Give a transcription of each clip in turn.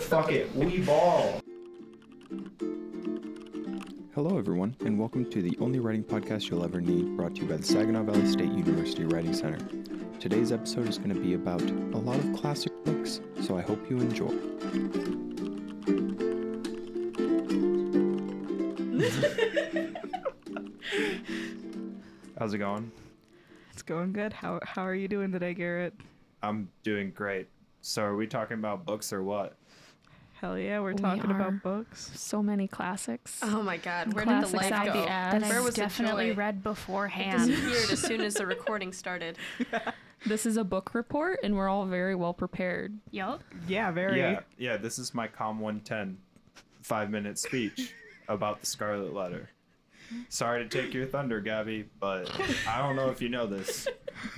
Fuck it, we ball. Hello, everyone, and welcome to the only writing podcast you'll ever need, brought to you by the Saginaw Valley State University Writing Center. Today's episode is going to be about a lot of classic books, so I hope you enjoy. How's it going? It's going good. How how are you doing today, Garrett? I'm doing great. So, are we talking about books or what? Hell yeah, we're We talking are. about books. so many classics. Oh my God, where did the classics light I'd go? be asked. Where I've was the definitely joy? read It beforehand. disappeared as soon as the recording started. this is a book report, and we're all very well prepared. Yup. Yeah, very. Yeah, yeah, this is my Calm 110 five minute speech about the Scarlet Letter. Sorry to take your thunder, Gabby, but I don't know if you know this.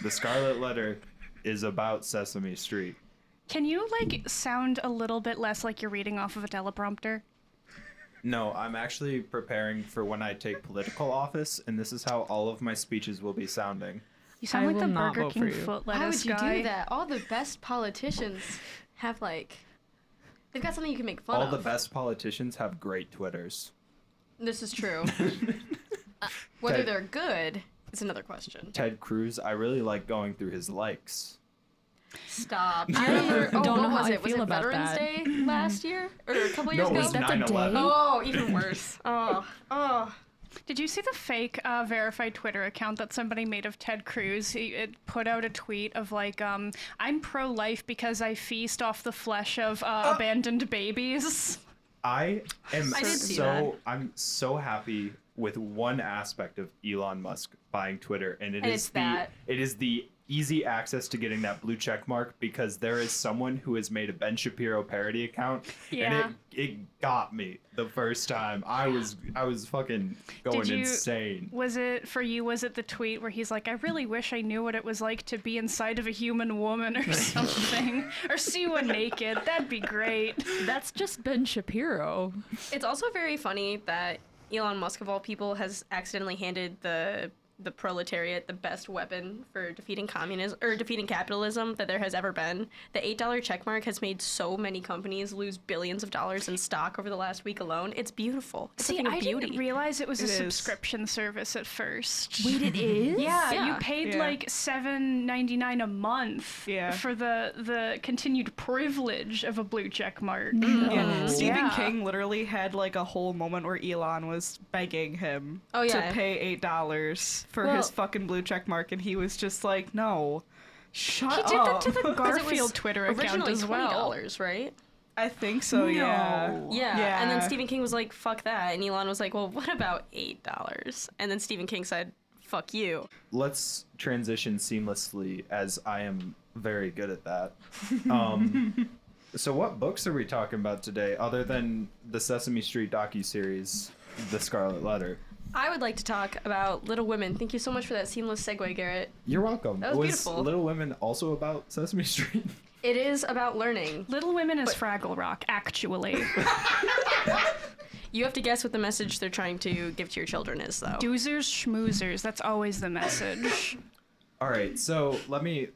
The Scarlet Letter is about Sesame Street. Can you like sound a little bit less like you're reading off of a teleprompter? No, I'm actually preparing for when I take political office, and this is how all of my speeches will be sounding. You sound I like the will not Burger vote King for you. foot Why lettuce would you guy. do that? All the best politicians have like, they've got something you can make fun All of. the best politicians have great Twitters. This is true. Uh, whether Ted- they're good is another question. Ted Cruz, I really like going through his likes. Stop. I remember- oh, don't know what how was I it? Was feel it about Veterans that. Day last year or a couple years No, it ago? was that the 9/11. day? oh, even worse. Oh, oh. Did you see the fake uh, verified Twitter account that somebody made of Ted Cruz? He, it put out a tweet of like, um, "I'm pro-life because I feast off the flesh of uh, abandoned babies." I am I did see that. so I'm so happy with one aspect of Elon Musk buying Twitter, and it And is it's the that. it is the easy access to getting that blue check mark because there is someone who has made a Ben Shapiro parody account, Yeah. and it it got me the first time. I was I was fucking going you- insane. Was it for you? Was it the tweet where he's like, "I really wish I knew what it was like to be inside of a human woman or something, or see one naked? That'd be great." That's just Ben Shapiro. It's also very funny that Elon Musk, of all people, has accidentally handed the the proletariat the best weapon for defeating communism or defeating capitalism that there has ever been. The eight dollar checkmark has made so many companies lose billions of dollars in stock over the last week alone. It's beautiful. It's a See, thing of I beauty. didn't realize it was It a is. subscription service at first. Wait, it is? yeah, you yeah. paid Yeah. like seven ninety nine a month Yeah. for the the continued privilege of a blue check mark. Mm-hmm. Mm. Oh, Yeah. Stephen Yeah. King literally had like a whole moment where Elon was begging him Oh, yeah. to pay eight dollars for Well- his fucking blue check mark, and he was just like, "No, shut He did up." that to the 'Cause it was Garfield Twitter account originally as well. $20, right? I think so. Yeah. Yeah. And then Yeah. Stephen King was like, fuck that. And Elon was like, well, what about $8? And then Stephen King said, fuck you. let's transition seamlessly as I am very good at that. Um, so, what books are we talking about today, other than the Sesame Street docu series, The Scarlet Letter? I would like to talk about Little Women. Thank you so much for that seamless segue, Garrett. You're welcome. That was beautiful. Little Women also about Sesame Street? It is about learning. Little Women is Fraggle Rock, actually. You have to guess what the message they're trying to give to your children is, though. Doozers, schmoozers, that's always the message. All right, so let me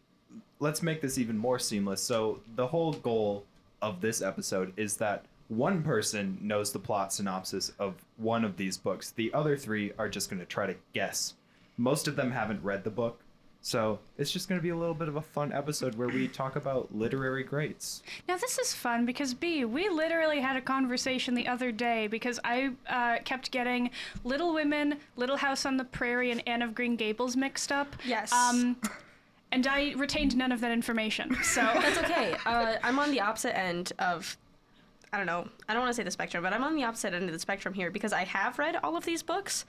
let's make this even more seamless. So the whole goal of this episode is that one person knows the plot synopsis of one of these books. The other three are just going to try to guess. Most of them haven't read the book. So it's just going to be a little bit of a fun episode where we talk about literary greats. Now this is fun because B, we literally had a conversation the other day because I uh, kept getting Little Women, Little House on the Prairie, and Anne of Green Gables mixed up. Yes. Um, and I retained none of that information. So That's okay. Uh, I'm on the opposite end of. I don't know. I don't want to say the spectrum, but I'm on the opposite end of the spectrum here because I have read all of these books,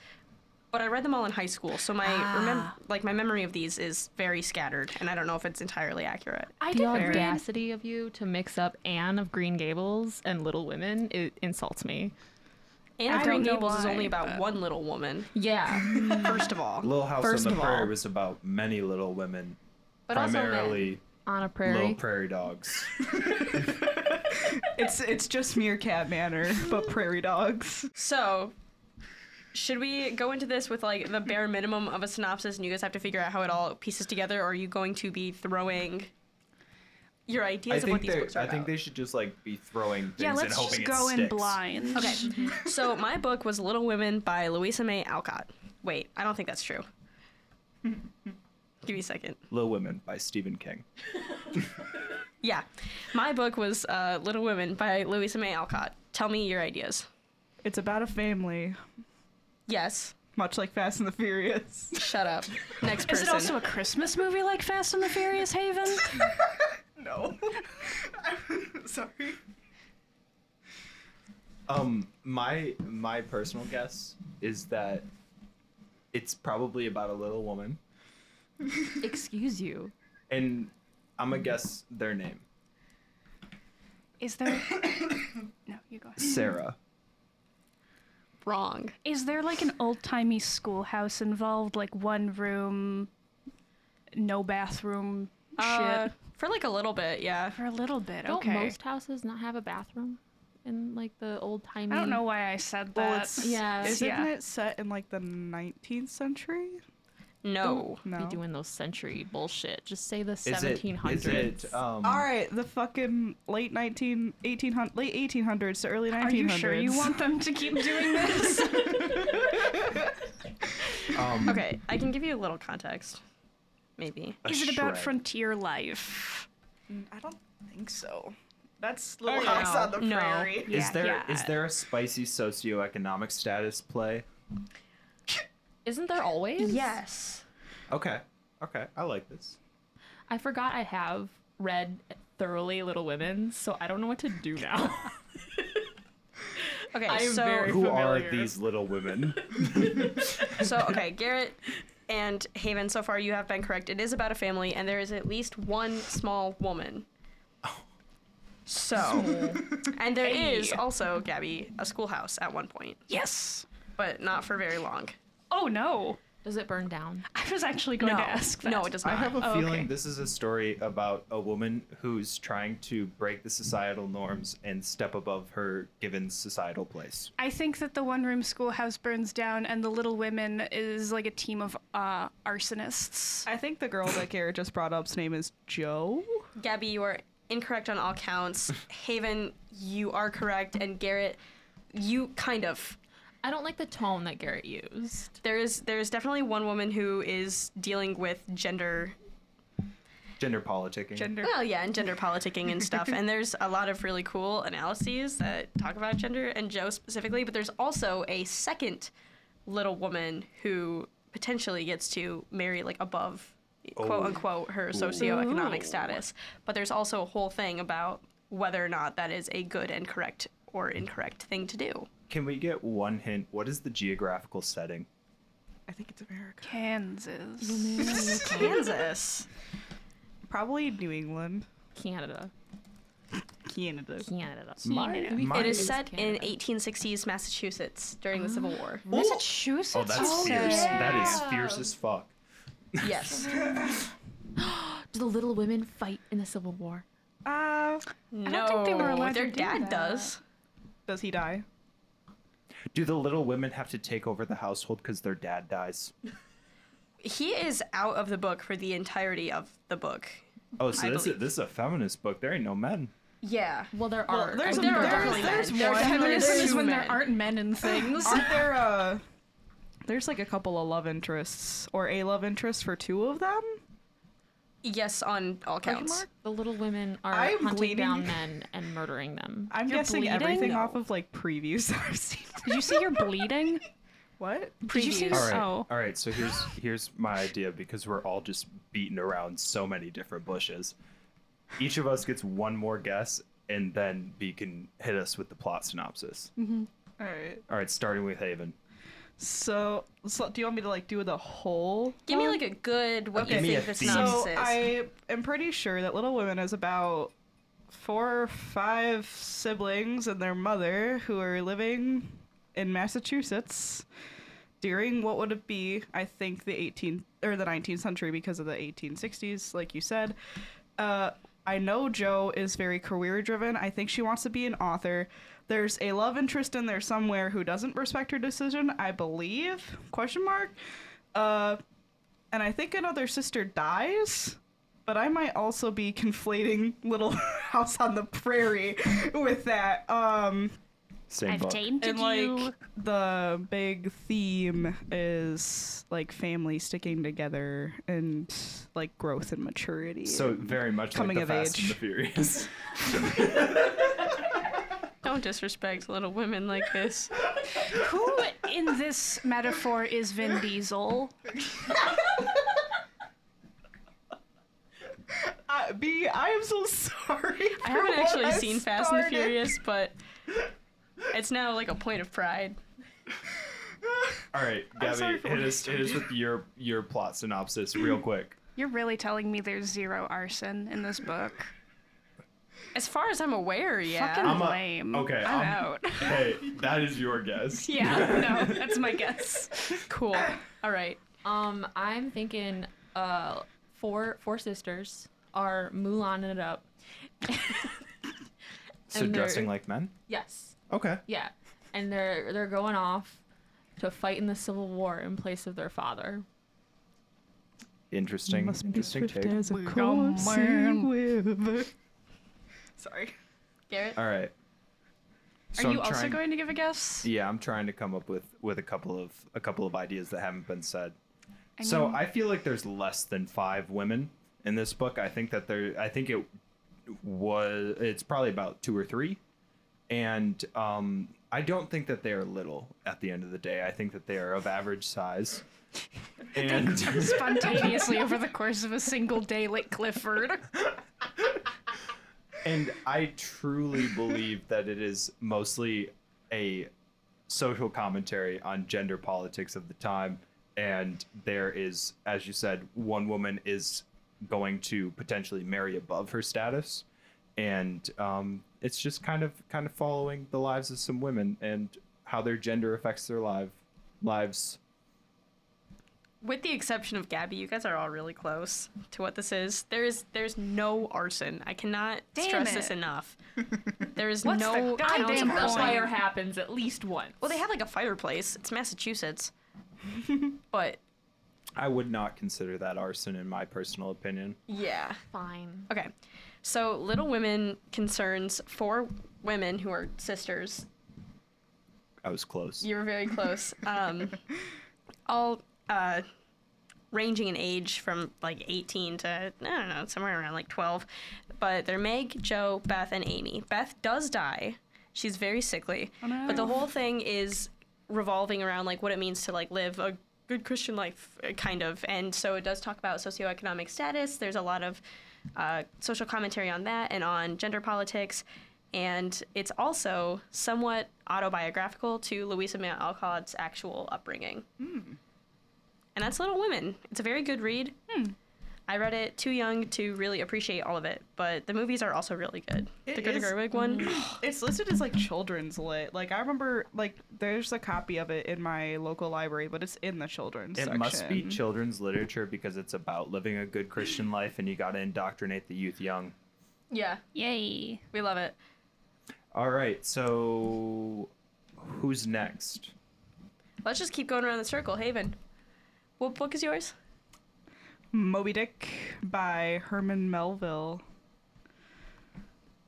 but I read them all in high school. So my remem- like my memory of these is very scattered, and I don't know if it's entirely accurate. I The didn't read audacity of you to mix up Anne of Green Gables and Little Women, it insults me. Anne of I Green don't know Gables is why, only about but- one little woman. Yeah. First of all, Little House First on of the all- Prairie was about many little women, but also men. primarily On a little prairie. prairie dogs. It's it's just meerkat manner, but prairie dogs. So, should we go into this with like the bare minimum of a synopsis, and you guys have to figure out how it all pieces together, or are you going to be throwing your I ideas of think what these they. books are I think about. they should just like be throwing things Yeah, and let's hoping just it go in sticks. blind. Okay. so my book was Little Women by Louisa May Alcott. Wait, I don't think that's true. Give me a second. Little Women by Stephen King. Yeah. My book was uh, Little Women by Louisa May Alcott. Tell me your ideas. It's about a family, Yes. much like Fast and the Furious. Shut up. Next Is person. it also a Christmas movie like Fast and the Furious Haven? No. Sorry. Um, my my personal guess is that it's probably about a little woman, Excuse you. and I'm gonna guess their name, Is there? no, you go. Ahead. Sarah. wrong? Is there like an old timey schoolhouse involved, like one room, no bathroom, Uh, shit? for like a little bit, yeah. For a little bit, Don't okay. most houses not have a bathroom in like the old timey? I don't know why I said Well, that. it's- Yeah. Isn't yeah. it set in like the 19th century? No. Be No. doing those century bullshit. Just say the Is it? 1700s. Is it? Um, All right, the fucking late 19, 1800, late 1800s to early 1900s. Are you sure you want them to keep doing this? um, Okay, I can give you a little context. Maybe. a Is it about shred. frontier life? I don't think so. That's Little Okay. House on the No. Prairie. Is Yeah, there is yeah. there a spicy socioeconomic status play? Isn't there always? Yes. Okay. Okay. I like this. I forgot I have read thoroughly Little Women, so I don't know what to do now. Okay, I am so very- Who are familiar. these little women? so okay, Garrett and Haven, so far you have been correct. It is about a family and there is at least one small woman. So, and there is also Gabby a schoolhouse at one point, Yes. but not for very long. Oh no. Does it burn down? I was actually going no, to ask that. no, it does not. I have a Oh, feeling okay. this is a story about a woman who's trying to break the societal norms and step above her given societal place. I think that the one room schoolhouse burns down and the little women is like a team of uh, arsonists. I think the girl that Garrett just brought up's name is Joe. Gabby, you are incorrect on all counts. Haven, you are correct, and Garrett, you kind of. I don't like the tone that Garrett used. There is there is definitely one woman who is dealing with gender. Gender politicking. Gender. Well, yeah, and gender politicking and stuff. And there's a lot of really cool analyses that talk about gender and Joe specifically. But there's also a second little woman who potentially gets to marry like above Oh. quote unquote her socioeconomic status. But there's also a whole thing about whether or not that is a good and correct or incorrect thing to do. Can we get one hint? What is the geographical setting? I think it's America. Kansas. Kansas. Probably New England. Canada. Canada. Canada. My- It is set in Canada. 1860s Massachusetts during the Civil War. Massachusetts. Oh, that's is fierce. set- That is fierce as fuck. Yes. Do the Little Women fight in the Civil War? Uh, No. think they were allowed Their to do dad that. does. does he die? Do the little women have to take over the household because their dad dies? He is out of the book for the entirety of the book. Oh, so I this is, believe. this is a feminist book. There ain't no men. Yeah. Well, there are. there's- I think there are are- definitely there's men. more- There one. definitely There's This is two when there men. aren't men in things. Aren't there uh there's like a couple of love interests or a love interest for two of them? Yes, on all counts. mark? The Little Women are I'm hunting bleeding. down men and murdering them. I'm You're guessing bleeding? everything No. off of like previews that I've seen. Did you see you're bleeding? What? Did you see All Previews. right. Oh. All right. So here's here's my idea because we're all just beaten around so many different bushes. Each of us gets one more guess, and then B can hit us with the plot synopsis. Mm. All right. All right, starting with Haven. So, so do you want me to like do the whole? Give me one? like a good what Give you me think a the theme. synopsis So is. I am pretty sure that Little Women is about four or five siblings and their mother who are living in Massachusetts during what would it be? I think the 18 or the 19th century because of the 1860s, like you said. Uh, I know Joe is very career driven. I think she wants to be an author. There's a love interest in there somewhere who doesn't respect her decision. I believe? Question mark. Uh, and I think another sister dies. but I might also be conflating Little House on the Prairie with that. Um, Same book. tainted and like the big theme is like family sticking together and like growth and maturity. So very much Coming like of the Fast age. and the Furious. Don't disrespect little women like this. Who in this metaphor is Vin Diesel? uh, B, I am so sorry. I for haven't what actually I seen Fast and the started. Furious, but it's now like a point of pride. All right, sorry Gabby, for hit what I us, hit us with your your plot synopsis real quick. You're really telling me there's zero arson in this book? As far as I'm aware, yeah. Fucking a- lame. okay, I'm I'm- out. Hey, that is your guess. yeah, no, that's my guess. cool. All right. Um, I'm thinking uh four four sisters are Mulan it up. So And they're- dressing like men. Yes. Okay. Yeah. And they're they're going off to fight in the Civil War in place of their father. Interesting. Interesting take. as a coursing man. Sorry. Garrett? All right. So Are I'm you also trying- going to give a guess? Yeah, I'm trying to come up with with a couple of a couple of ideas that haven't been said. I so mean- I feel like there's less than five women in this book. I think that there. I think it was. It's probably about two or three, and um, I don't think that they are little. At the end of the day, I think that they are of average size. And Spontaneously over the course of a single day, like Clifford. and I truly believe that it is mostly a social commentary on gender politics of the time. And there is, as you said, one woman is going to potentially marry above her status, and um, it's just kind of kind of following the lives of some women and how their gender affects their live lives. With the exception of Gabby, you guys are all really close to what this is. There is there's no arson. I cannot Damn stress this it. enough. There is What's no the goddamn ounce of point? arson. fire happens at least once. Well, they have like a fireplace. It's Massachusetts. but I would not consider that arson, in my personal opinion. yeah. fine. Okay. So Little Women concerns four women who are sisters I was close. You were very close. Um, all uh, ranging in age from like 18 to, I don't know, somewhere around like 12. But they're Meg, Joe, Beth, and Amy. Beth does die. She's very sickly. But the whole thing is revolving around like what it means to like live a good Christian life, uh, kind of. And so it does talk about socioeconomic status. There's a lot of uh, social commentary on that and on gender politics. And it's also somewhat autobiographical to Louisa May Alcott's actual upbringing. And that's Little Women. It's a very good read. I read it too young to really appreciate all of it, but the movies are also really good. It the Greta is- Gerwig one. It's listed as like children's lit. Like I remember, like there's a copy of it in my local library, but it's in the children's It section. must be children's literature because it's about living a good Christian life and you got to indoctrinate the youth young. yeah, Yay. we love it. All right, so who's next? Let's just keep going around the circle. Haven, what book is yours? Moby Dick by Herman Melville.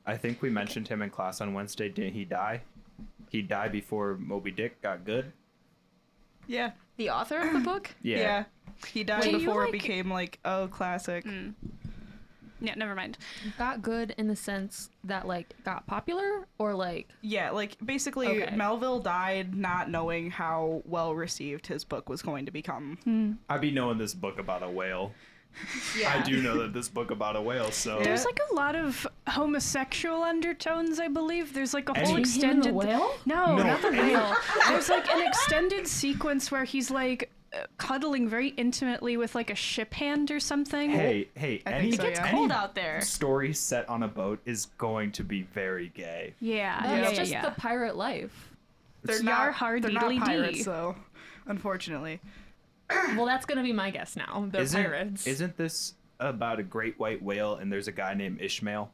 I think we mentioned him in class on Wednesday. Did he die? He died before Moby Dick got good? Yeah, The author of the book? Yeah. yeah. He died Do you, before like- Mm. it became like a classic. Yeah, never mind. Got good in the sense that like got popular or like Yeah, like basically Okay. Melville died not knowing how well received his book was going to become. Hmm. I'd be knowing this book about a whale. I do know that this book about a whale, so Yeah. There's like a lot of homosexual undertones, I believe. There's like a Any- whole Between him and extended. Oh, the whale? No, No, not the any- whale. There's like an extended sequence where he's like uh, cuddling very intimately with like a ship hand or something. hey, hey, I any, think so, yeah. any Cold out there. story set on a boat is going to be very gay. Yeah, that's yeah, just yeah. the pirate life. They're Yar not, har they're not diddly dee. pirates though, unfortunately. Well, that's gonna be my guess now. They're isn't, pirates. Isn't this about a great white whale and there's a guy named Ishmael?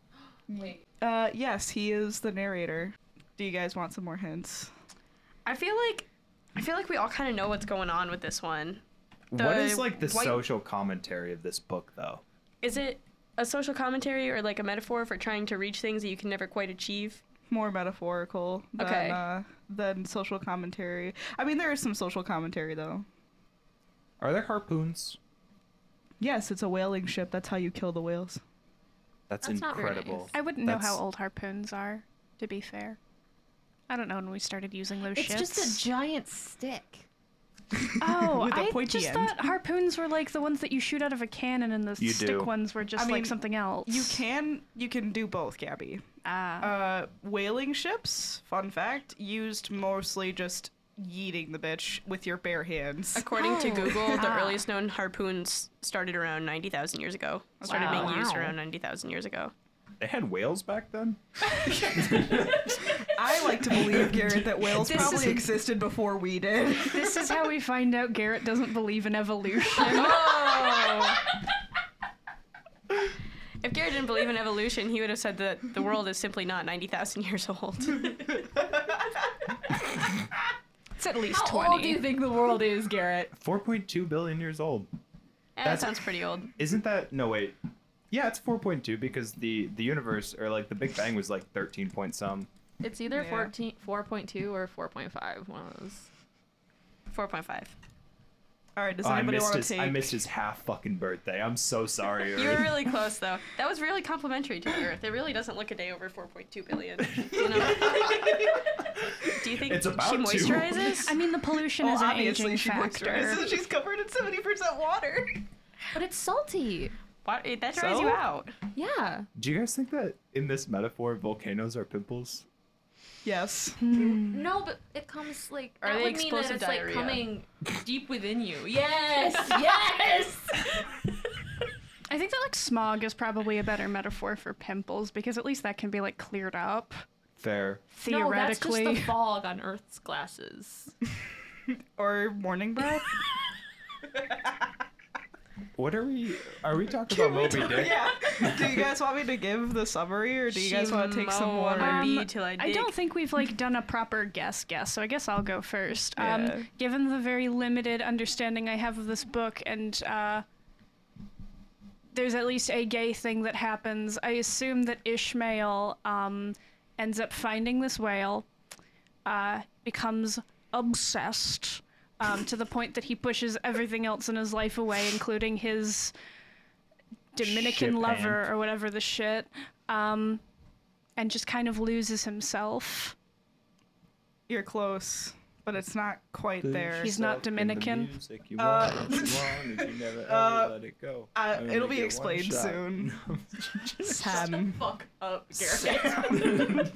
Wait. Uh, yes, he is the narrator. Do you guys want some more hints? I feel like I feel like we all kind of know what's going on with this one. what The is like the white- social commentary of this book though Is it a social commentary or like a metaphor for trying to reach things that you can never quite achieve? more metaphorical than, Okay. uh, than social commentary. I mean, there is some social commentary though. Are there harpoons? Yes, it's a whaling ship. That's how you kill the whales. That's, That's not very incredible. nice. I wouldn't know how That's- old harpoons are, to be fair. I don't know when we started using those It's ships. just a giant stick. Oh, With a I pointy end. just thought harpoons were like the ones that you shoot out of a cannon, and the You stick do. ones were just I mean, like something else. You can you can do both, Gabby. Ah. Uh, whaling ships, fun fact, used mostly just yeeting the bitch with your bare hands. According to Oh. Google, the Ah. earliest known harpoons started around 90,000 years ago. Started Wow. being used Wow. around 90,000 years ago. They had whales back then. I like to believe, Garrett, that whales This probably is- existed before we did. this is how we find out Garrett doesn't believe in evolution. Oh, If Garrett didn't believe in evolution, he would have said that the world is simply not 90,000 years old. it's at least How old do 20. you think the world is, Garrett? 4.2 billion years old. Eh, that That's- sounds pretty old. Isn't that no wait? Yeah, it's 4.2 because the the universe or like the Big Bang was like 13 point some. It's either Yeah. 14, 4.2 or 4.5. One of those. 4.5. All right, does Oh, I anybody missed want to his take? I missed his half fucking birthday. I'm so sorry. You were Erin. really close, though. That was really complimentary to the Earth. It really doesn't look a day over 4.2 billion. You know? Do you think It's she about to. moisturizes? I mean, the pollution Oh, is an obviously aging she factor. moisturizes. She's covered in seventy percent water. But it's salty. Why- that dries So? you out. Yeah. Do you guys think that in this metaphor volcanoes are pimples? Yes. No, but it comes like Are that they would mean that explosive it's like diarrhea? coming deep within you. Yes, yes. I think that like smog is probably a better metaphor for pimples because at least that can be like cleared up Fair. No, that's just theoretically. the fog on Earth's glasses. Or morning breath. What are we? Are we talking about Moby Dick? yeah. Do you guys want me to give the summary, or do you guys want to take some water? Um, Be till I, I don't dig. think we've like done a proper guess guess, so I guess I'll go first. Yeah. Um, given the very limited understanding I have of this book, and uh, there's at least a gay thing that happens, I assume that Ishmael um, ends up finding this whale, uh, becomes obsessed um, to the point that he pushes everything else in his life away, including his Dominican Ship lover hand. or whatever the shit. Um, and just kind of loses himself. You're close, but it's not quite there. He's not Dominican. Uh, uh, Uh, Uh, it'll be explained soon. Um, Fuck up, Garrett.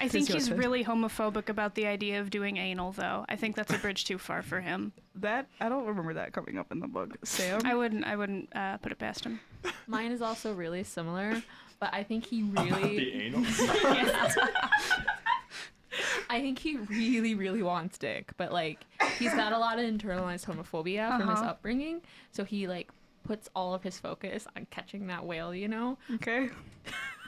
I think your he's turn. really homophobic about the idea of doing anal, though. I think that's a bridge too far for him. that I don't remember that coming up in the book. Sam, I wouldn't, I wouldn't uh, put it past him. Mine is also really similar, but I think he The really, anal. I think he really, really wants dick. But like, he's got a lot of internalized homophobia from his Uh-huh. upbringing, so he like puts all of his focus on catching that whale. You know, okay.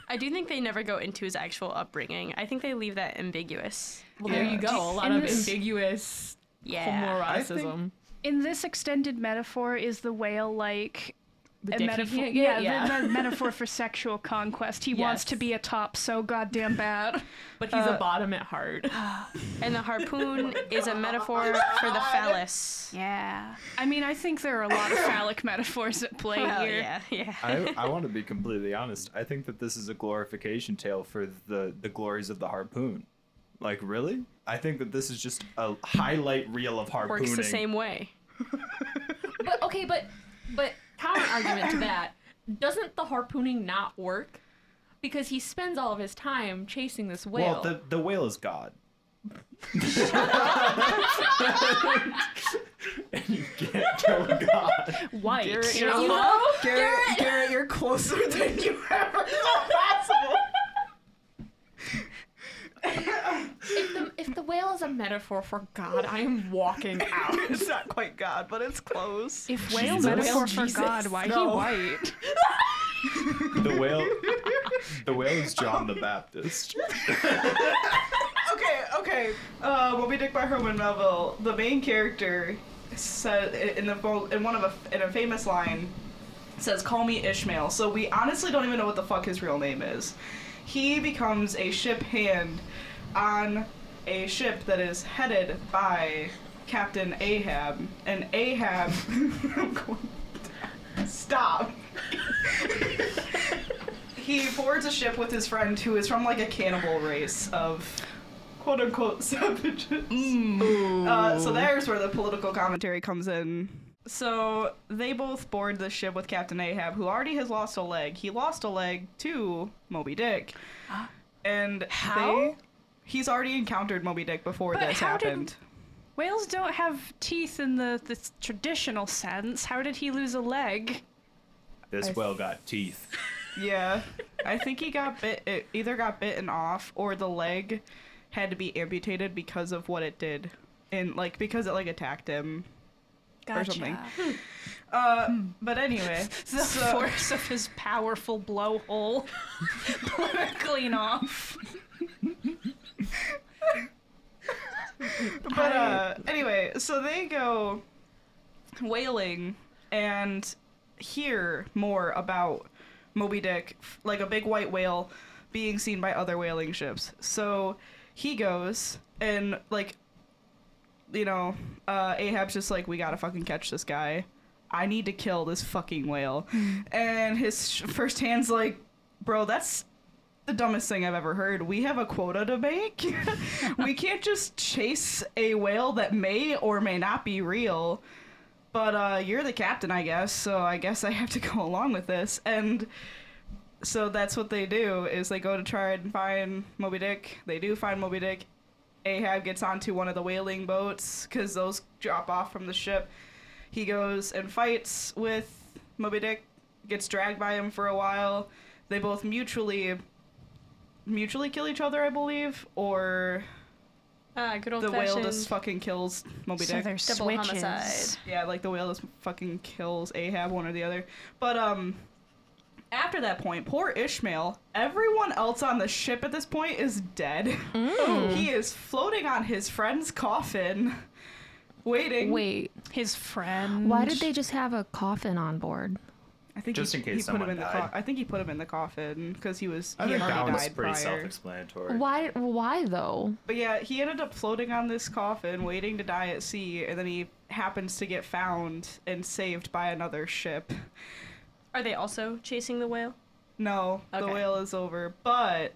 I do think they never go into his actual upbringing. I think they leave that ambiguous. well, there Yeah. you go. A lot And of this- ambiguous Yeah. I think- homoeroticism. In this extended metaphor, is the whale like The a dick he metaphor? can't yeah, get, the- the metaphor for sexual conquest. He wants to Yes. be a top so goddamn bad. but he's uh, a bottom at heart. And the harpoon is a metaphor for the phallus. Yeah. I mean, I think there are a lot of phallic metaphors at play Well, here. yeah, yeah. I, I want to be completely honest. I think that this is a glorification tale for the the glories of the harpoon. Like really? I think that this is just a highlight reel of harpooning. Works the same way. But okay, but but counter argument to that, doesn't the harpooning not work? Because he spends all of his time chasing this whale. Well, the the whale is God. and you can't kill God. White. You're- Garrett, Garrett, you're closer than you ever thought possible. if the if the whale is a metaphor for God, I am walking out. It's not quite God, but it's close. If whale Jesus. metaphor Whale for Jesus. God, why No. he white? The whale The whale is John the Baptist. okay, okay. Uh, Moby Dick by Herman Melville. The main character said in the bo- in one of a in a famous line says, Call me Ishmael. So we honestly don't even know what the fuck his real name is. He becomes a ship hand on a ship that is headed by Captain Ahab. And Ahab. I'm going- Stop. he boards a ship with his friend who is from like a cannibal race of quote unquote savages. Mm. Uh, so there's where the political commentary comes in. So they both board the ship with Captain Ahab, who already has lost a leg. He lost a leg to Moby Dick. And How? they- he's already encountered Moby Dick before But this how did- happened. Whales don't have teeth in the, the s- traditional sense. How did he lose a leg? This whale got teeth. Yeah. I think he got bit it either got bitten off or the leg had to be amputated because of what it did. And like because it like attacked him. Or something. Uh but anyway. The so- force of his powerful blowhole blew it clean off. But uh, anyway, so they go whaling and hear more about Moby Dick, f- like a big white whale being seen by other whaling ships. So he goes and like, you know, uh, Ahab's just like, we gotta fucking catch this guy. I need to kill this fucking whale. and his sh- first hand's like, bro, that's the dumbest thing I've ever heard. We have a quota to make. we can't just chase a whale that may or may not be real. But uh, you're the captain, I guess, so I guess I have to go along with this. And so that's what they do is they go to try and find Moby Dick. They do find Moby Dick. Ahab gets onto one of the whaling boats because those drop off from the ship. He goes and fights with Moby Dick, gets dragged by him for a while. They both mutually mutually kill each other, I believe, or Ah, good old the whale fashioned. just fucking kills Moby Dick. Double switches. homicide. Yeah, like the whale just fucking kills Ahab, one or the other. But um, after that point, poor Ishmael. Everyone else on the ship at this point is dead. Mm. he is floating on his friend's coffin, waiting. Wait, His friend. why did they just have a coffin on board? I think Just he, in case he put someone him in the died. co- I think he put him in the coffin because he was. I he think had that already one's died pretty prior. self-explanatory. Why? Why though? But yeah, he ended up floating on this coffin, waiting to die at sea, and then he happens to get found and saved by another ship. Are they also chasing the whale? No, the Okay. whale is over, but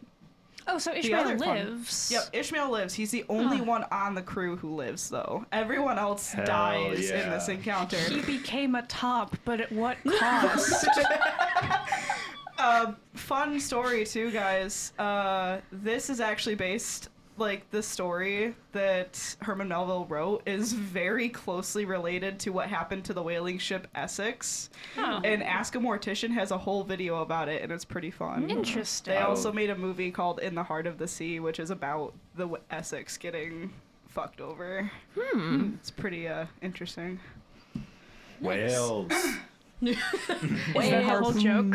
Oh, so other Ishmael fun- lives. yep, Ishmael lives. He's the only one on the crew who lives, though. Everyone else Hell dies in this yeah. encounter. He became a top, but at what cost? uh, fun story too, guys. Uh, this is actually based like the story that Herman Melville wrote is very closely related to what happened to the whaling ship Essex. And Ask a Mortician has a whole video about it, and it's pretty fun. They Interesting. also made a movie called In the Heart of the Sea, which is about the w- Essex getting fucked over. Hmm. It's pretty uh, interesting. Whales. Is that the whole joke?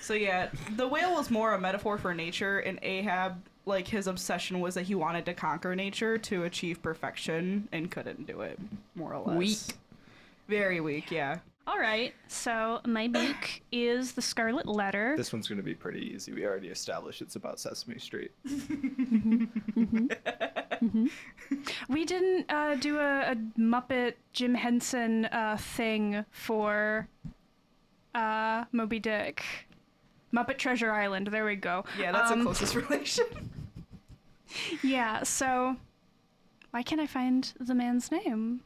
So yeah, the whale was more a metaphor for nature, and Ahab, like his obsession was that he wanted to conquer nature to achieve perfection and couldn't do it, more or less. Weak. Very weak, yeah. All right. So my beak is the Scarlet Letter. This one's going to be pretty easy. We already established it's about Sesame Street. We didn't uh, do a, a Muppet Jim Henson uh, thing for uh, Moby Dick. Muppet Treasure Island. There we go. Yeah, that's the Um, closest relation. Yeah. So why can't I find the man's name?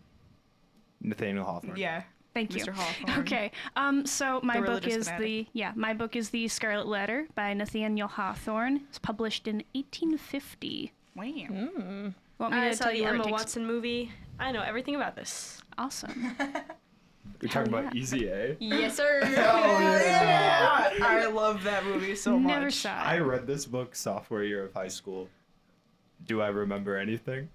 Nathaniel Hawthorne. yeah. Thank you. Mr. Hawthorne. Okay. Um. So my book religious is fanatic. the yeah my book is the Scarlet Letter by Nathaniel Hawthorne. It's published in 1850. Wham. Hmm. Want me I to saw tell the you where it Emma takes- Watson movie. I know everything about this. Awesome. We're talking Hell about Oh, yeah. Easy A. Yes, sir. Yeah, I love that movie so much. Never saw. it. I read this book sophomore year of high school. Do I remember anything?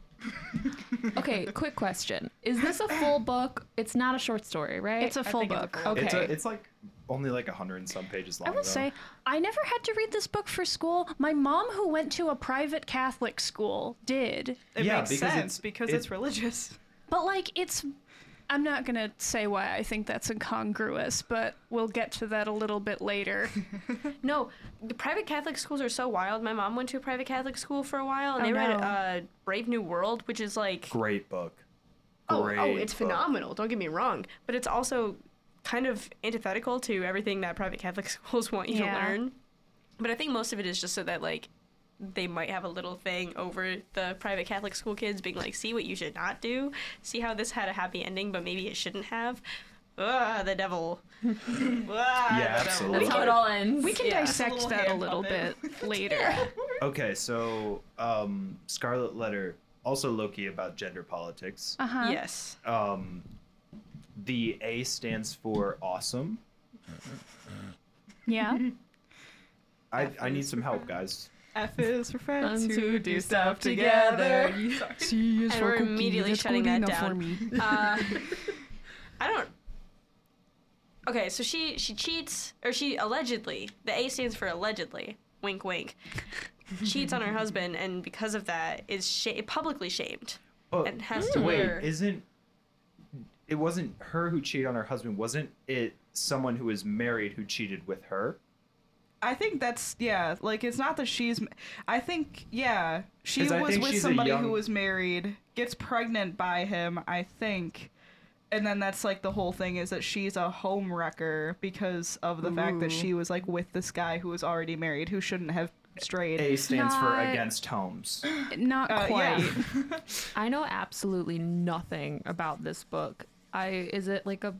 Okay, quick question: Is this a full book? It's not a short story, right? It's a full think it's a book. full okay. It's, a, it's like only like a hundred and some pages long. I will though. say, I never had to read this book for school. My mom, who went to a private Catholic school, did. It Yeah, makes because sense it's- because it- it's religious. But, like, it's I'm not going to say why I think that's incongruous, but we'll get to that a little bit later. No, the private Catholic schools are so wild. My mom went to a private Catholic school for a while, and Oh, they read no. uh, Brave New World, which is like Great book. oh, Great oh, it's book. phenomenal. Don't get me wrong, but it's also kind of antithetical to everything that private Catholic schools want you Yeah. to learn. But I think most of it is just so that like they might have a little thing over the private Catholic school kids being like, "See what you should not do. See how this had a happy ending, but maybe it shouldn't have." Ah, the devil. Ah, the Yeah, devil. absolutely. That's how it all ends. We can Yeah. dissect Little that a hand little puppet. bit later. Okay, so um, Scarlet Letter, also Loki about gender politics. Uh-huh. Yes. Um, the A stands for awesome. Yeah. I, I need some help, guys. F is for friends Friends who who do do stuff stuff together. She is And we're immediately shutting that down. Uh, I don't. Okay, so she she cheats, or she allegedly. The A stands for allegedly. Wink, wink. Cheats on her husband, and because of that, is sh- publicly shamed. Oh, It has Hmm. so to wait, wear- isn't it wasn't her who cheated on her husband? Wasn't it someone who is married who cheated with her? I think that's yeah. Like it's not that she's. I think yeah, she 'Cause I was think with she's a somebody who young- was married, gets pregnant by him. I think, and then that's like the whole thing is that she's a home wrecker because of the fact that she was like with this guy who was already married who shouldn't have strayed. A stands for Not- against Holmes. Not Uh, quite. yeah. I know absolutely nothing about this book. I is it like a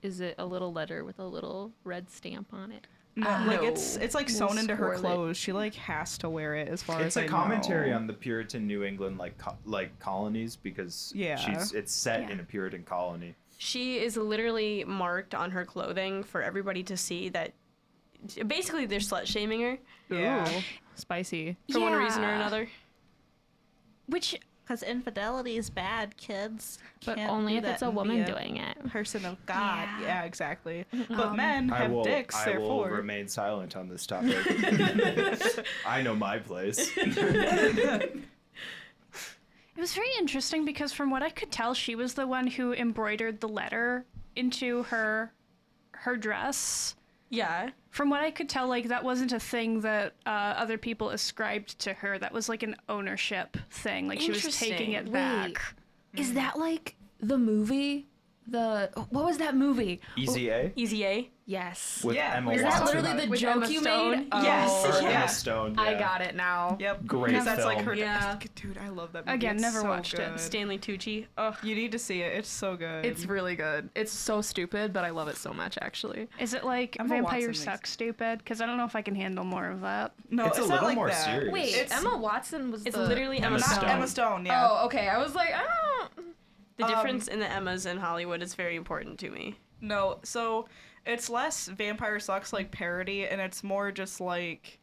is it a little letter with a little red stamp on it? No, like it's No. it's like We'll sewn into her spoil it. clothes. She like has to wear it as far It's as a I commentary know. on the Puritan New England like co- like colonies because Yeah. she's it's set Yeah. in a Puritan colony. She is literally marked on her clothing for everybody to see that. Basically, they're slut shaming her Yeah. Spicy. for one reason or Yeah. another. Which Because infidelity is bad, kids. But Can't only do if that it's a and be woman doing it. Person of God, God. yeah, exactly. But men I have will dicks, I will therefore. remain silent on this topic. I know my place. It was very interesting because, from what I could tell, she was the one who embroidered the letter into her her dress. Yeah. From what I could tell, like that wasn't a thing that uh, other people ascribed to her. That was like an ownership thing. Like she was Interesting. taking it Wait. back. Is that like the movie? The what was that movie? Easy A Easy A. Yes. with Yeah, Emma is Is that that Watson. literally the With joke Emma you Stone? made? Yes. or Oh, Emma Yeah. Stone? I yeah. got it now. Yep. Great 'Cause that's like film. her. Yeah. Dude, I love that movie. Again, It's never so watched it. good. Stanley Tucci. Ugh. You need to see it. It's so good. It's really good. It's so stupid, but I love it so much actually. Is it like Emma Watson vampire makes- suck stupid? Because I don't know if I can handle more of that. no, It's it's, a not little like more that. serious. Wait, It's- Emma Watson was It's the literally Emma, Emma Not Stone. Stone. Emma Stone. Yeah. Oh, okay. I was like, I don't The Um, difference in the Emmas in Hollywood is very important to me. No, so it's less vampire sucks like parody, and it's more just like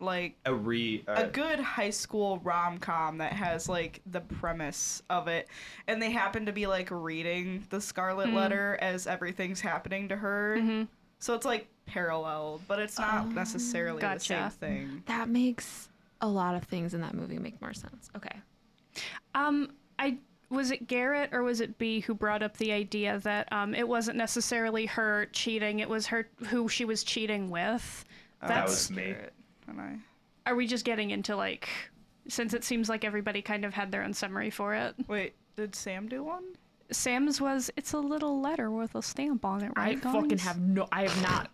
like a re uh, a good high school rom com that has like the premise of it, and they happen to be like reading the Scarlet Mm-hmm. Letter as everything's happening to her. So it's like paralleled, but it's not necessarily the same Oh, gotcha. thing. That makes a lot of things in that movie make more sense. Okay. Um, I was it Garrett or was it B who brought up the idea that um, it wasn't necessarily her cheating; it was her who she was cheating with. that That's was me. And I are we just getting into like since it seems like everybody kind of had their own summary for it. wait, did Sam do one? Sam's was it's a little letter with a stamp on it, right? I fucking guys? have no. I have not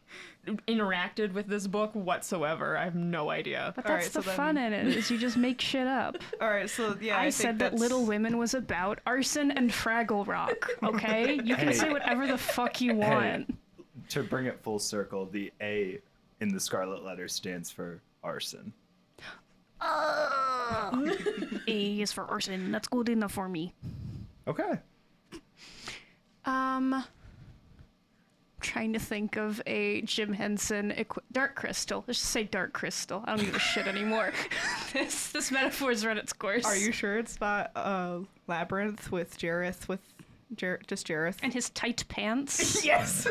interacted with this book whatsoever. I have no idea. But All that's right, the so then- fun in it is you just make shit up. All right, so yeah, I, I think said that that's- Little Women was about arson and Fraggle Rock. Okay, you can Hey. say whatever the fuck you Hey, want. to bring it full circle, the A in the Scarlet Letter stands for arson. A is for arson. That's good enough for me. Okay. Um, trying to think of a Jim Henson equi- dark crystal. Let's just say dark crystal. I don't give a shit anymore. this this metaphor's run its course. Are you sure it's not uh, Labyrinth with Jareth with Jer- just Jareth? And his tight pants. Yes.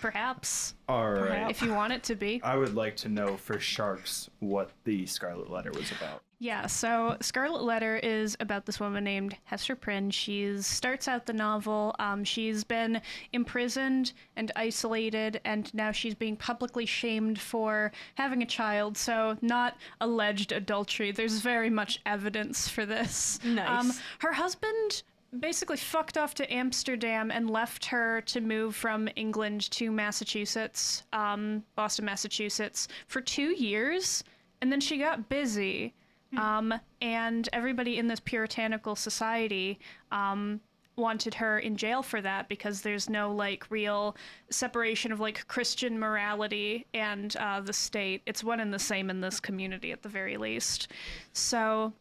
Perhaps, All right. if you want it to be. I would like to know for sharks what the Scarlet Letter was about. Yeah, so Scarlet Letter is about this woman named Hester Prynne. She starts out the novel. Um, she's been imprisoned and isolated, and now she's being publicly shamed for having a child. So, not alleged adultery. There's very much evidence for this. Um, Nice. her husband basically fucked off to Amsterdam and left her to move from England to Massachusetts, um, Boston, Massachusetts, for two years. And then she got busy. Um, and everybody in this puritanical society um, wanted her in jail for that because there's no like real separation of like Christian morality and uh, the state. It's one and the same in this community at the very least. So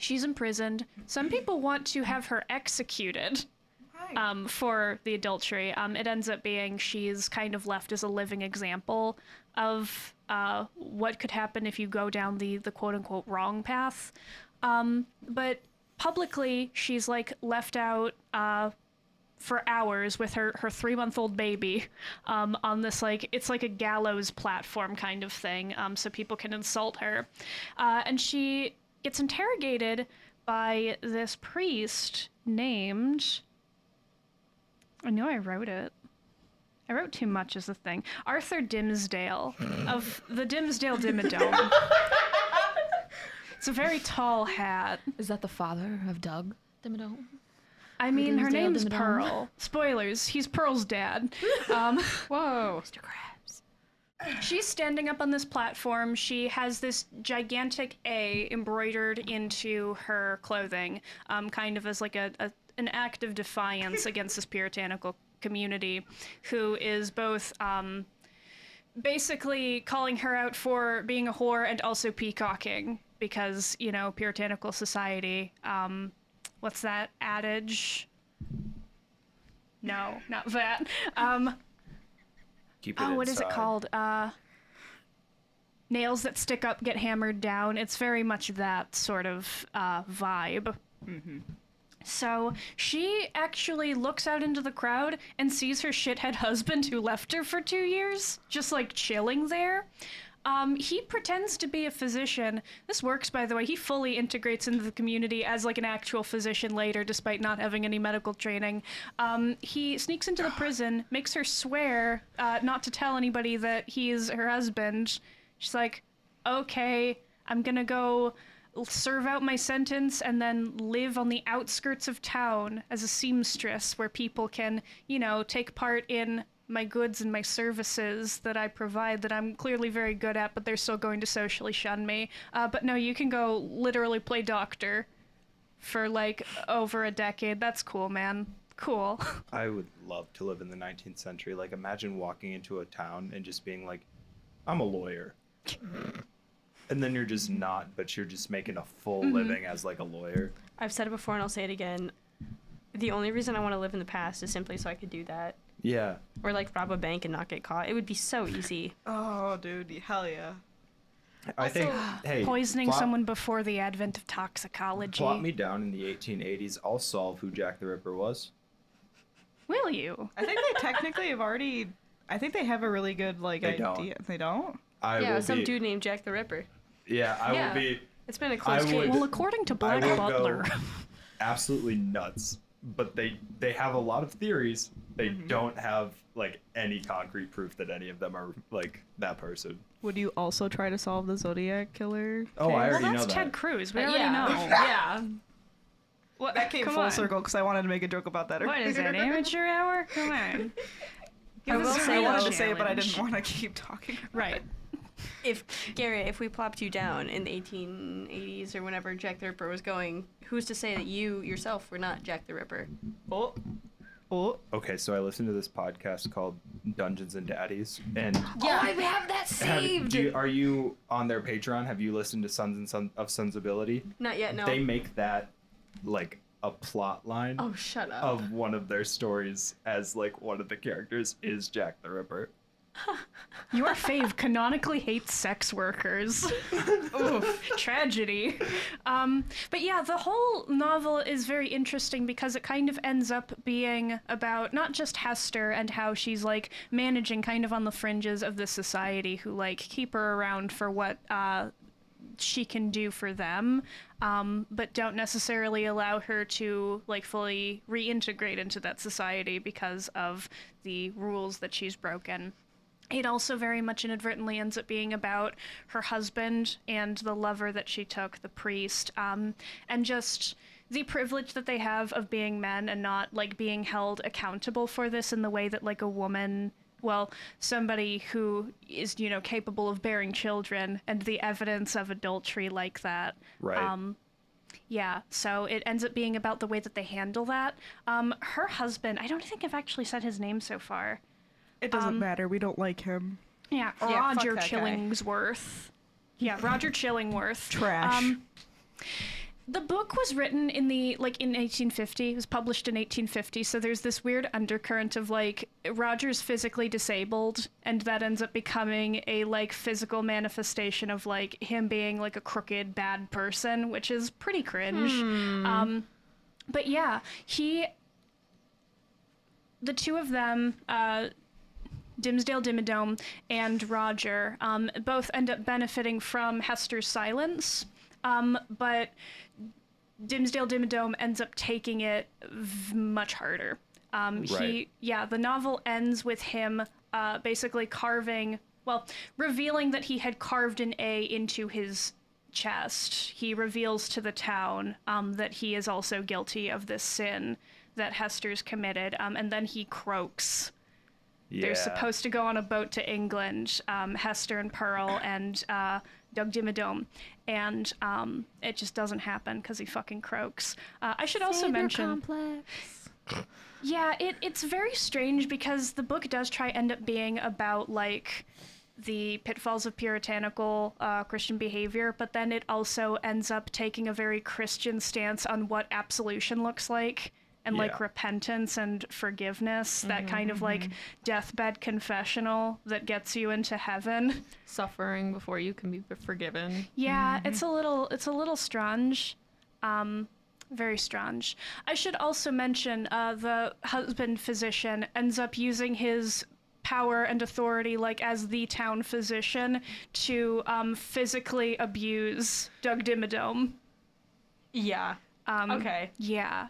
She's imprisoned. Some people want to have her executed um, for the adultery. Um, it ends up being she's kind of left as a living example of uh, what could happen if you go down the, the quote unquote wrong path. Um, but publicly, she's like left out uh, for hours with her, her three month old baby um, on this like it's like a gallows platform kind of thing um, so people can insult her uh, and she gets interrogated by this priest named i know i wrote it i wrote too much as a thing arthur dimsdale of the dimsdale dimmadome it's a very tall hat Is that the father of Doug? Dimmadome? i mean her Dimsdale name's Dimmadome. pearl spoilers he's pearl's dad Um, Whoa. Mr. Krabs. She's standing up on this platform. She has this gigantic A embroidered into her clothing, um, kind of as like a, a an act of defiance against this puritanical community, who is both um, basically calling her out for being a whore and also peacocking because you know puritanical society. Um, what's that adage? No, not that. Um, Keep it Oh, what is it inside. called? Uh, nails that stick up get hammered down. It's very much that sort of uh, vibe. So she actually looks out into the crowd and sees her shithead husband who left her for two years, just like chilling there. Um, he pretends to be a physician. This works, by the way. He fully integrates into the community as like an actual physician later, despite not having any medical training. Um, he sneaks into the prison, makes her swear uh, not to tell anybody that he's her husband. She's like, "Okay, I'm gonna go serve out my sentence and then live on the outskirts of town as a seamstress where people can, you know, take part in my goods and my services that I provide that I'm clearly very good at, but they're still going to socially shun me. Uh, but no, you can go literally play doctor for like over a decade. That's cool, man. Cool. I would love to live in the 19th century. Like, imagine walking into a town and just being like, I'm a lawyer. and then you're just not, but you're just making a full living as like a lawyer. I've said it before and I'll say it again. The only reason I want to live in the past is simply so I could do that. Yeah. Or like rob a bank and not get caught. It would be so easy. Oh, dude. Hell yeah. I think, hey, Poisoning plop- someone before the advent of toxicology. Plot me down in the 1880s. I'll solve who Jack the Ripper was. Will you? I think they technically have already. I think they have a really good like They don't. idea. They don't. I yeah, will Uh, some be, dude named Jack the Ripper. Yeah, I Yeah. will be It's been a close would- case. Well, according to Black will go- Butler. absolutely nuts. But they they have a lot of theories. They don't have like any concrete proof that any of them are like that person. Would you also try to solve the Zodiac killer? Oh, I Well, already that's know that. Ted Cruz. We Uh, already yeah. know. yeah. Well, that came Come full on. circle because I wanted to make a joke about that. What is it, amateur hour? Come on. I will us a say I wanted to challenge. say it, but I didn't want to keep talking. Right. if Garrett, if we plopped you down in the 1880s or whenever Jack the Ripper was going, who's to say that you yourself were not Jack the Ripper? Oh, oh, Okay, so I listened to this podcast called Dungeons and Daddies, and Yeah. I have that have- saved. do you- are you on their Patreon? Have you listened to Sons and Son of Sons Ability? Not yet, no. They make that like a plot line oh, shut up. of one of their stories as like one of the characters is Jack the Ripper. Your fave canonically hates sex workers. Oof, tragedy. Um, but yeah, the whole novel is very interesting because it kind of ends up being about not just Hester and how she's like managing kind of on the fringes of this society who like keep her around for what uh, she can do for them, um, but don't necessarily allow her to like fully reintegrate into that society because of the rules that she's broken. It also very much inadvertently ends up being about her husband and the lover that she took, the priest, um, and just the privilege that they have of being men and not like being held accountable for this in the way that like a woman well, somebody who is, you know, capable of bearing children and the evidence of adultery like that. Right. Um, yeah, so it ends up being about the way that they handle that. Um, her husband, I don't think I've actually said his name so far. It doesn't Um, matter. We don't like him. Yeah, Yeah, fuck Roger that guy. Chillingsworth. Yeah, Roger Chillingworth. Um, Trash. the book was written in the like in 1850. It was published in 1850, so there's this weird undercurrent of like Roger's physically disabled, and that ends up becoming a like physical manifestation of like him being like a crooked bad person, which is pretty cringe. Hmm. Um, but yeah, he the two of them, uh, Dimsdale Dimmadome and Roger, um, both end up benefiting from Hester's silence. Um, but Dimsdale Dimmadome ends up taking it v- much harder. Um, Right. He, yeah, the novel ends with him uh, basically carving, well, revealing that he had carved an A into his chest. He reveals to the town um, that he is also guilty of this sin that Hester's committed, um, and then he croaks. They're supposed to go on a boat to England, um, Hester and Pearl and uh, Doug Dimmadome, and um, it just doesn't happen because he fucking croaks. Uh, I should also mention. complex. Yeah, it, it's very strange because the book does try end up being about like the pitfalls of puritanical uh, Christian behavior, but then it also ends up taking a very Christian stance on what absolution looks like and like Yeah. repentance and forgiveness, that kind of like deathbed confessional that gets you into heaven. Suffering before you can be forgiven. Yeah, Mm-hmm. it's a little it's a little strange. Um very strange. I should also mention uh, the husband physician ends up using his power and authority, like as the town physician, to um, physically abuse Doug Dimmadome. Yeah. Um, Okay. Yeah.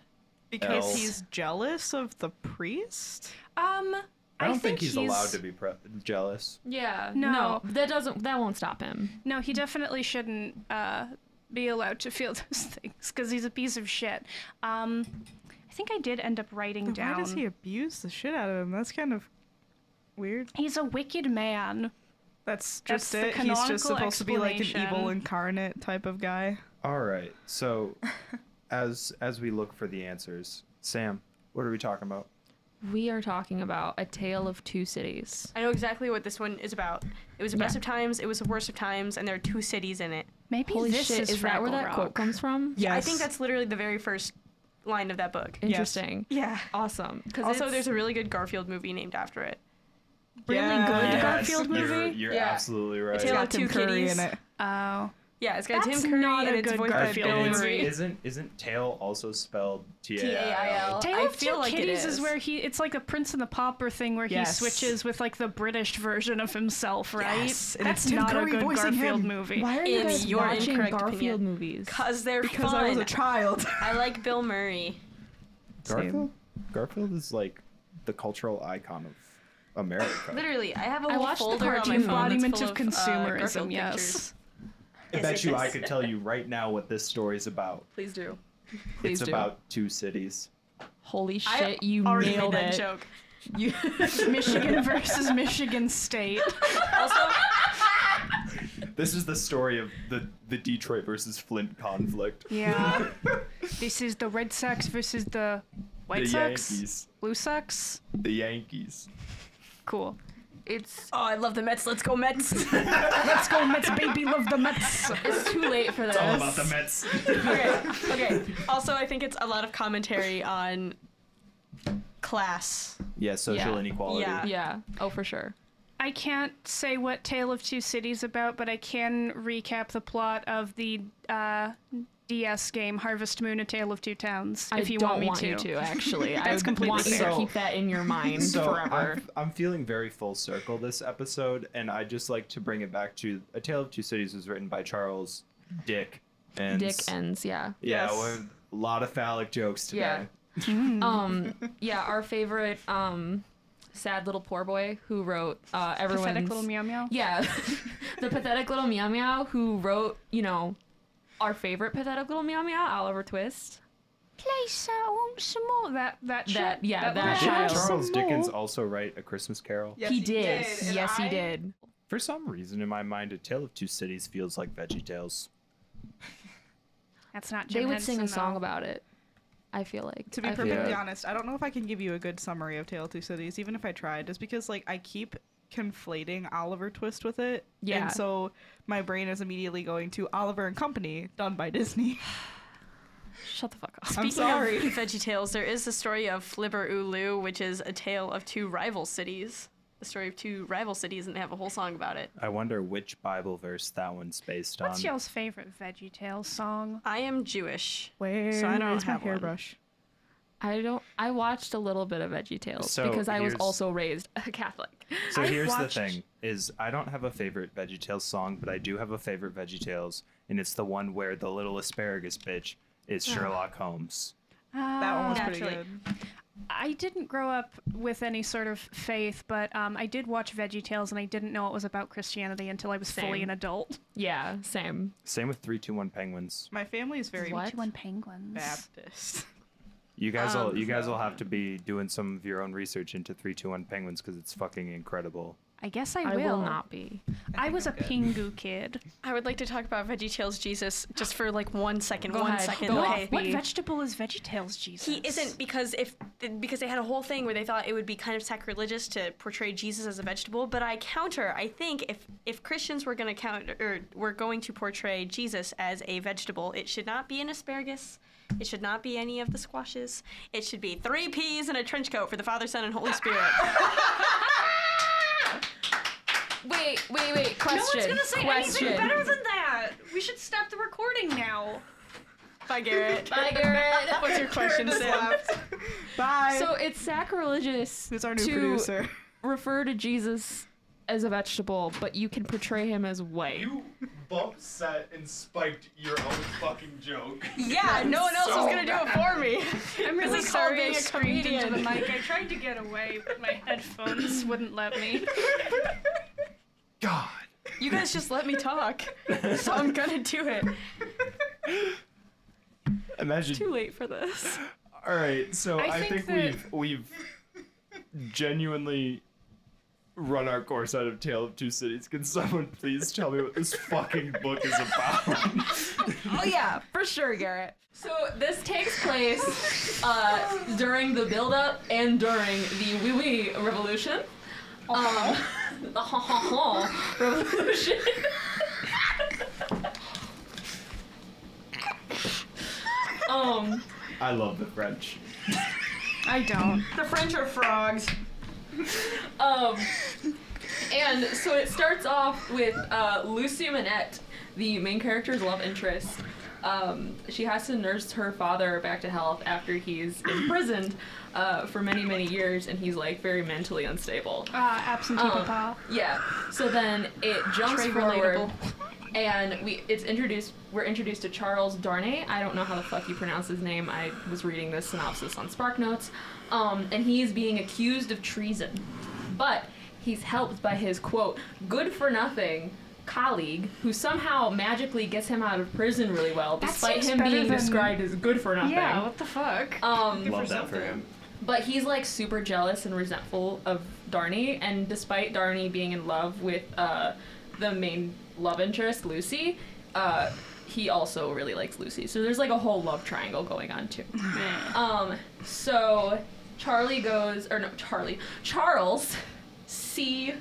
Because L. he's jealous of the priest? Um, I don't think, he's, he's allowed to be pre- jealous. Yeah. No. no. That doesn't. That won't stop him. No, he definitely shouldn't uh, be allowed to feel those things because he's a piece of shit. Um, I think I did end up writing Then down. Why does he abuse the shit out of him? That's kind of weird. He's a wicked man. That's That's just the it. He's just canonical supposed to be like an evil explanation. incarnate type of guy. All right. So, as as we look for the answers, Sam, what are we talking about? We are talking about a tale of two cities. I know exactly what this one is about. It was the best of times, it was the worst of times, and there are two cities in it. Maybe Holy this shit! is, Is, that where Fraggle that Rock. quote comes from? Yes. I think that's literally the very first line of that book. Yes. Interesting. Yeah. Awesome. Because Also, there's a really good Garfield movie named after it. really good Yeah. Yes. Oh, Garfield You're, movie? you're Yeah. absolutely right. It's got Tim two Curry kitties. in it. Oh. Yeah, it's got That's Tim Curry not and a it's good voiced by Garfield Bill And it's- Murray. Isn't isn't tail also spelled T A I L? T-A-I-L. Tale I of feel Two like it Kitties is. is. where he it's like a Prince and the Pauper thing where Yes. he switches with like the British version of himself, right? Yes, and it's That's Tim not Curry a good voicing Garfield him. movie. are you In guys your watching incorrect Garfield Garfield opinion. movies? Because they're Because fun. I was a child. I like Bill Murray. Garfield. Garfield is like the cultural icon of America. Literally, I have a I whole watched the folder on my cartoon phone that's embodiment full of uh, consumerism, Garfield yes. pictures. I bet yes, you yes. I could tell you right now what this story's about. Please do. Please it's do. about two cities. Holy I shit! You already nailed made that it. joke. You- Michigan versus Michigan State. Also, This is the story of the the Detroit versus Flint conflict. Yeah. this is the Red Sox versus the White the Sox. Yankees. Blue Sox. The Yankees. Cool. it's oh, I love the Mets. Let's go Mets. Let's go Mets, baby, love the Mets. it's too late for this. All about the Mets. okay. Okay. Also, I think it's a lot of commentary on class. Yeah, social Yeah. inequality. Yeah. Yeah. Oh, for sure. I can't say what Tale of Two Cities about, but I can recap the plot of the uh, DS game Harvest Moon: A Tale of Two Towns. I if you don't want me you to. to, actually. I That's would completely want you fair. to keep that in your mind so forever. I'm, I'm feeling very full circle this episode, and I just like to bring it back to A Tale of Two Cities was written by Charles Dick and Dick ends, yeah. yeah, Yes. we're- a lot of phallic jokes today. Yeah. um yeah our favorite um sad little poor boy who wrote uh everyone's Pathetic little meow meow. yeah the pathetic little meow meow who wrote you know our favorite pathetic little meow meow oliver twist Place I um, want some more. That that That- shit, yeah, that little Did child. shit. Charles Some Dickens more. also write A Christmas Carol? Yes, he, did, and yes I- he did For some reason, in my mind, A Tale of Two Cities feels like Veggie Tales. That's not. Jim they would Henson, sing a song though. about it i feel like To be I feel perfectly like- honest, I don't know if I can give you a good summary of Tale of Two Cities, even if I tried, just because like I keep conflating Oliver Twist with it. Yeah. And so my brain is immediately going to Oliver and Company, done by Disney. shut the fuck up I'm sorry. of Veggie Tales, there is the story of Flibber Ulu, which is a tale of two rival cities. The story of two rival cities, and they have a whole song about it. I wonder which Bible verse that one's based What's on. y'all's favorite VeggieTales song? I am Jewish. Where So I don't is my have one. hairbrush? i don't i watched a little bit of veggie tales So because i was here's- also raised a catholic So I've here's watched- the thing: is I don't have a favorite VeggieTales song, but I do have a favorite VeggieTales, and it's the one where the little asparagus bitch is Sherlock Holmes. That one Ah. Um, was Naturally. pretty good. I didn't grow up with any sort of faith, but um, I did watch VeggieTales, and I didn't know it was about Christianity until I was fully Same. an adult. yeah same Same with three, two, one penguins. My family is very What? penguins. Baptist. You guys will you guys will have to be doing some of your own research into three, two, one penguins because it's fucking incredible. I guess I, i will. will not be I was a Pingu kid. I would like to talk about Veggie Tales Jesus just for like one second. Go one ahead. second, Go okay? off, Bea. vegetable is VeggieTales, Jesus? He isn't because if because they had a whole thing where they thought it would be kind of sacrilegious to portray Jesus as a vegetable. But I counter. I think if if Christians were going to count or were going to portray Jesus as a vegetable, it should not be an asparagus. It should not be any of the squashes. It should be three peas and a trench coat for the Father, Son, and Holy Spirit. wait wait wait question no one's going to say question. anything better than that. We should stop the recording now. Bye, Garrett. Bye, Garrett. What's your question, Sam? Bye. So it's sacrilegious Who's our new to producer? refer to Jesus as a vegetable, but you can portray him as white. bump set and spiked your own fucking joke. Yeah, no one else was gonna do it for me. I'm really is sorry. called I being a screamed into the comedian. mic. I tried to get away, but my headphones wouldn't let me. God. You guys just let me talk, so I'm gonna do it. Imagine Too late for this. All right, so I, I think, think we've we've genuinely run our course out of Tale of Two Cities. Can someone please tell me what this fucking book is about? Oh yeah, for sure, Garrett. So this takes place uh, during the build-up and during the wee wee revolution. Um, the ha ha ha revolution. um. I love the French. I don't. The French are frogs. Um, and so it starts off with uh, Lucy Manette, the main character's love interest. Um, she has to nurse her father back to health after he's imprisoned uh, for many, many years, and he's like very mentally unstable. Uh, absentee papa. Yeah. So then it jumps Trey forward, relatable. and we it's introduced. We're introduced to Charles Darnay. I don't know how the fuck you pronounce his name. I was reading this synopsis on SparkNotes, um, and he is being accused of treason, but he's helped by his quote good for nothing colleague who somehow magically gets him out of prison really well, despite seems him better being than- described as good for nothing. Yeah, what the fuck? Um, Love that for him. but he's like super jealous and resentful of Darnie, and despite Darnie being in love with uh, the main love interest, Lucy, uh, he also really likes Lucy. So there's like a whole love triangle going on too. um, so Charlie goes, or no, Charlie, Charles, C,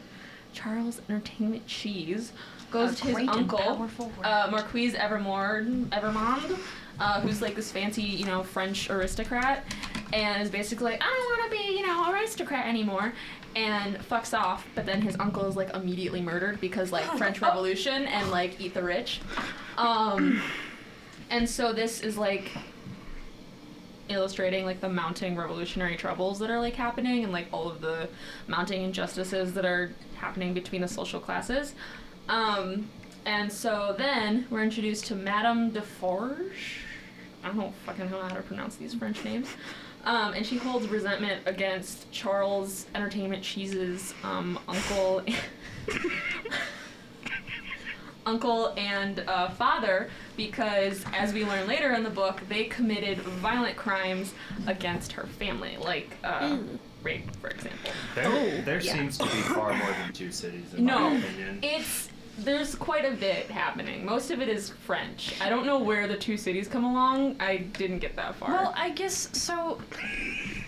Charles Entertainment Cheese, goes to his uncle, uh, Marquise Evermond, Evermond, uh, who's like this fancy, you know, French aristocrat, and is basically like, I don't want to be, you know, aristocrat anymore, and fucks off. But then his uncle is like immediately murdered because like French Revolution and like eat the rich. Um, and so this is like illustrating like the mounting revolutionary troubles that are like happening and like all of the mounting injustices that are happening between the social classes. Um, and so then we're introduced to Madame Defarge. I don't fucking know how to pronounce these French names. Um, and she holds resentment against Charles Entertainment Cheese's um, uncle, uncle and uh, father, because as we learn later in the book, they committed violent crimes against her family, like uh, rape, for example. There, there yeah. seems to be far more than two cities, in No. my opinion. It's there's quite a bit happening. Most of it is French. I don't know where the two cities come along. I didn't get that far. Well, I guess so.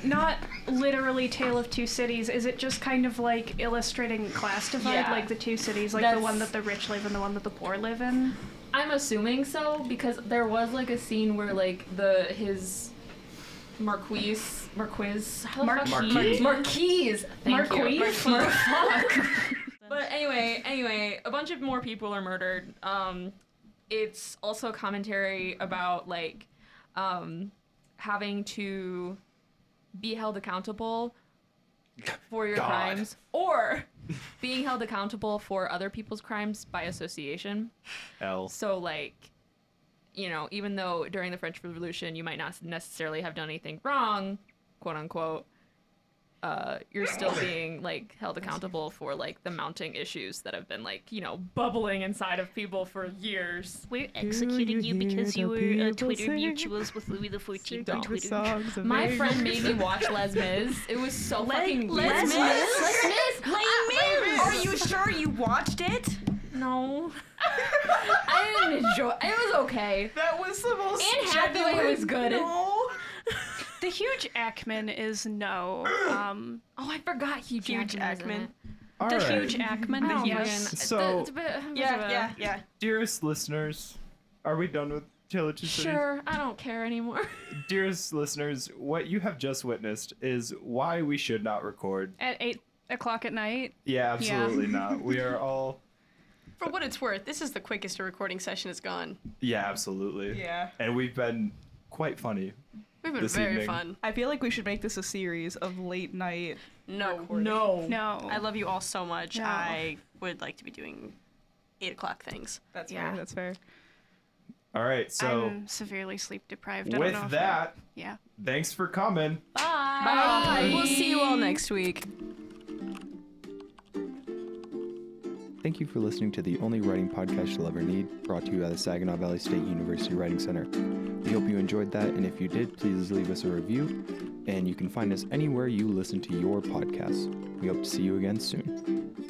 Not literally Tale of Two Cities. Is it just kind of like illustrating class divide, Yeah. like the two cities, like the That's- one that the rich live and the one that the poor live in? I'm assuming so because there was like a scene where like the his Marquis Marquis how the fuck- Marquis. Marquis Marquis Thank you. Marquis? Marquis. Fuck. but anyway, anyway, a bunch of more people are murdered. Um, it's also a commentary about like um, having to be held accountable for your God. crimes or being held accountable for other people's crimes by association. L. So like, you know, even though during the French Revolution you might not necessarily have done anything wrong, quote unquote, uh, you're still being like held accountable for like the mounting issues that have been like you know bubbling inside of people for years. We're executing you because you were uh, Twitter mutuals with Louis the Fourteenth on Twitter. My friend made me watch Les Mis. It was so fucking weird. Les Mis? Les Mis. Ah, Are you sure you watched it? No. I didn't enjoy. It was okay. That was the most. Anne Hathaway was good. No. The huge Ackman is no. Um, Oh, I forgot Hugh Huge Jackman. was in Ackman. it. All the right. huge Ackman, Oh, yes. man. So- The- the- Yeah, yeah, yeah. Dearest listeners, are we done with Tale of Two Cities? Sure, I don't care anymore. Dearest listeners, what you have just witnessed is why we should not record. At eight o'clock at night. Yeah, absolutely not. We are all. For what it's worth, this is the quickest a recording session has gone. Yeah, absolutely. Yeah. And we've been quite funny. We've been This very evening. fun. I feel like we should make this a series of late night. No. No. No. I love you all so much. No. I would like to be doing eight o'clock things. That's Yeah. fair. That's fair. All right, so I'm severely sleep deprived. I don't with know if I- that, yeah. thanks for coming. Bye. We'll see you all next week. Thank you for listening to the only writing podcast you'll ever need, brought to you by the Saginaw Valley State University Writing Center. We hope you enjoyed that, and if you did, please leave us a review, and you can find us anywhere you listen to your podcasts. We hope to see you again soon.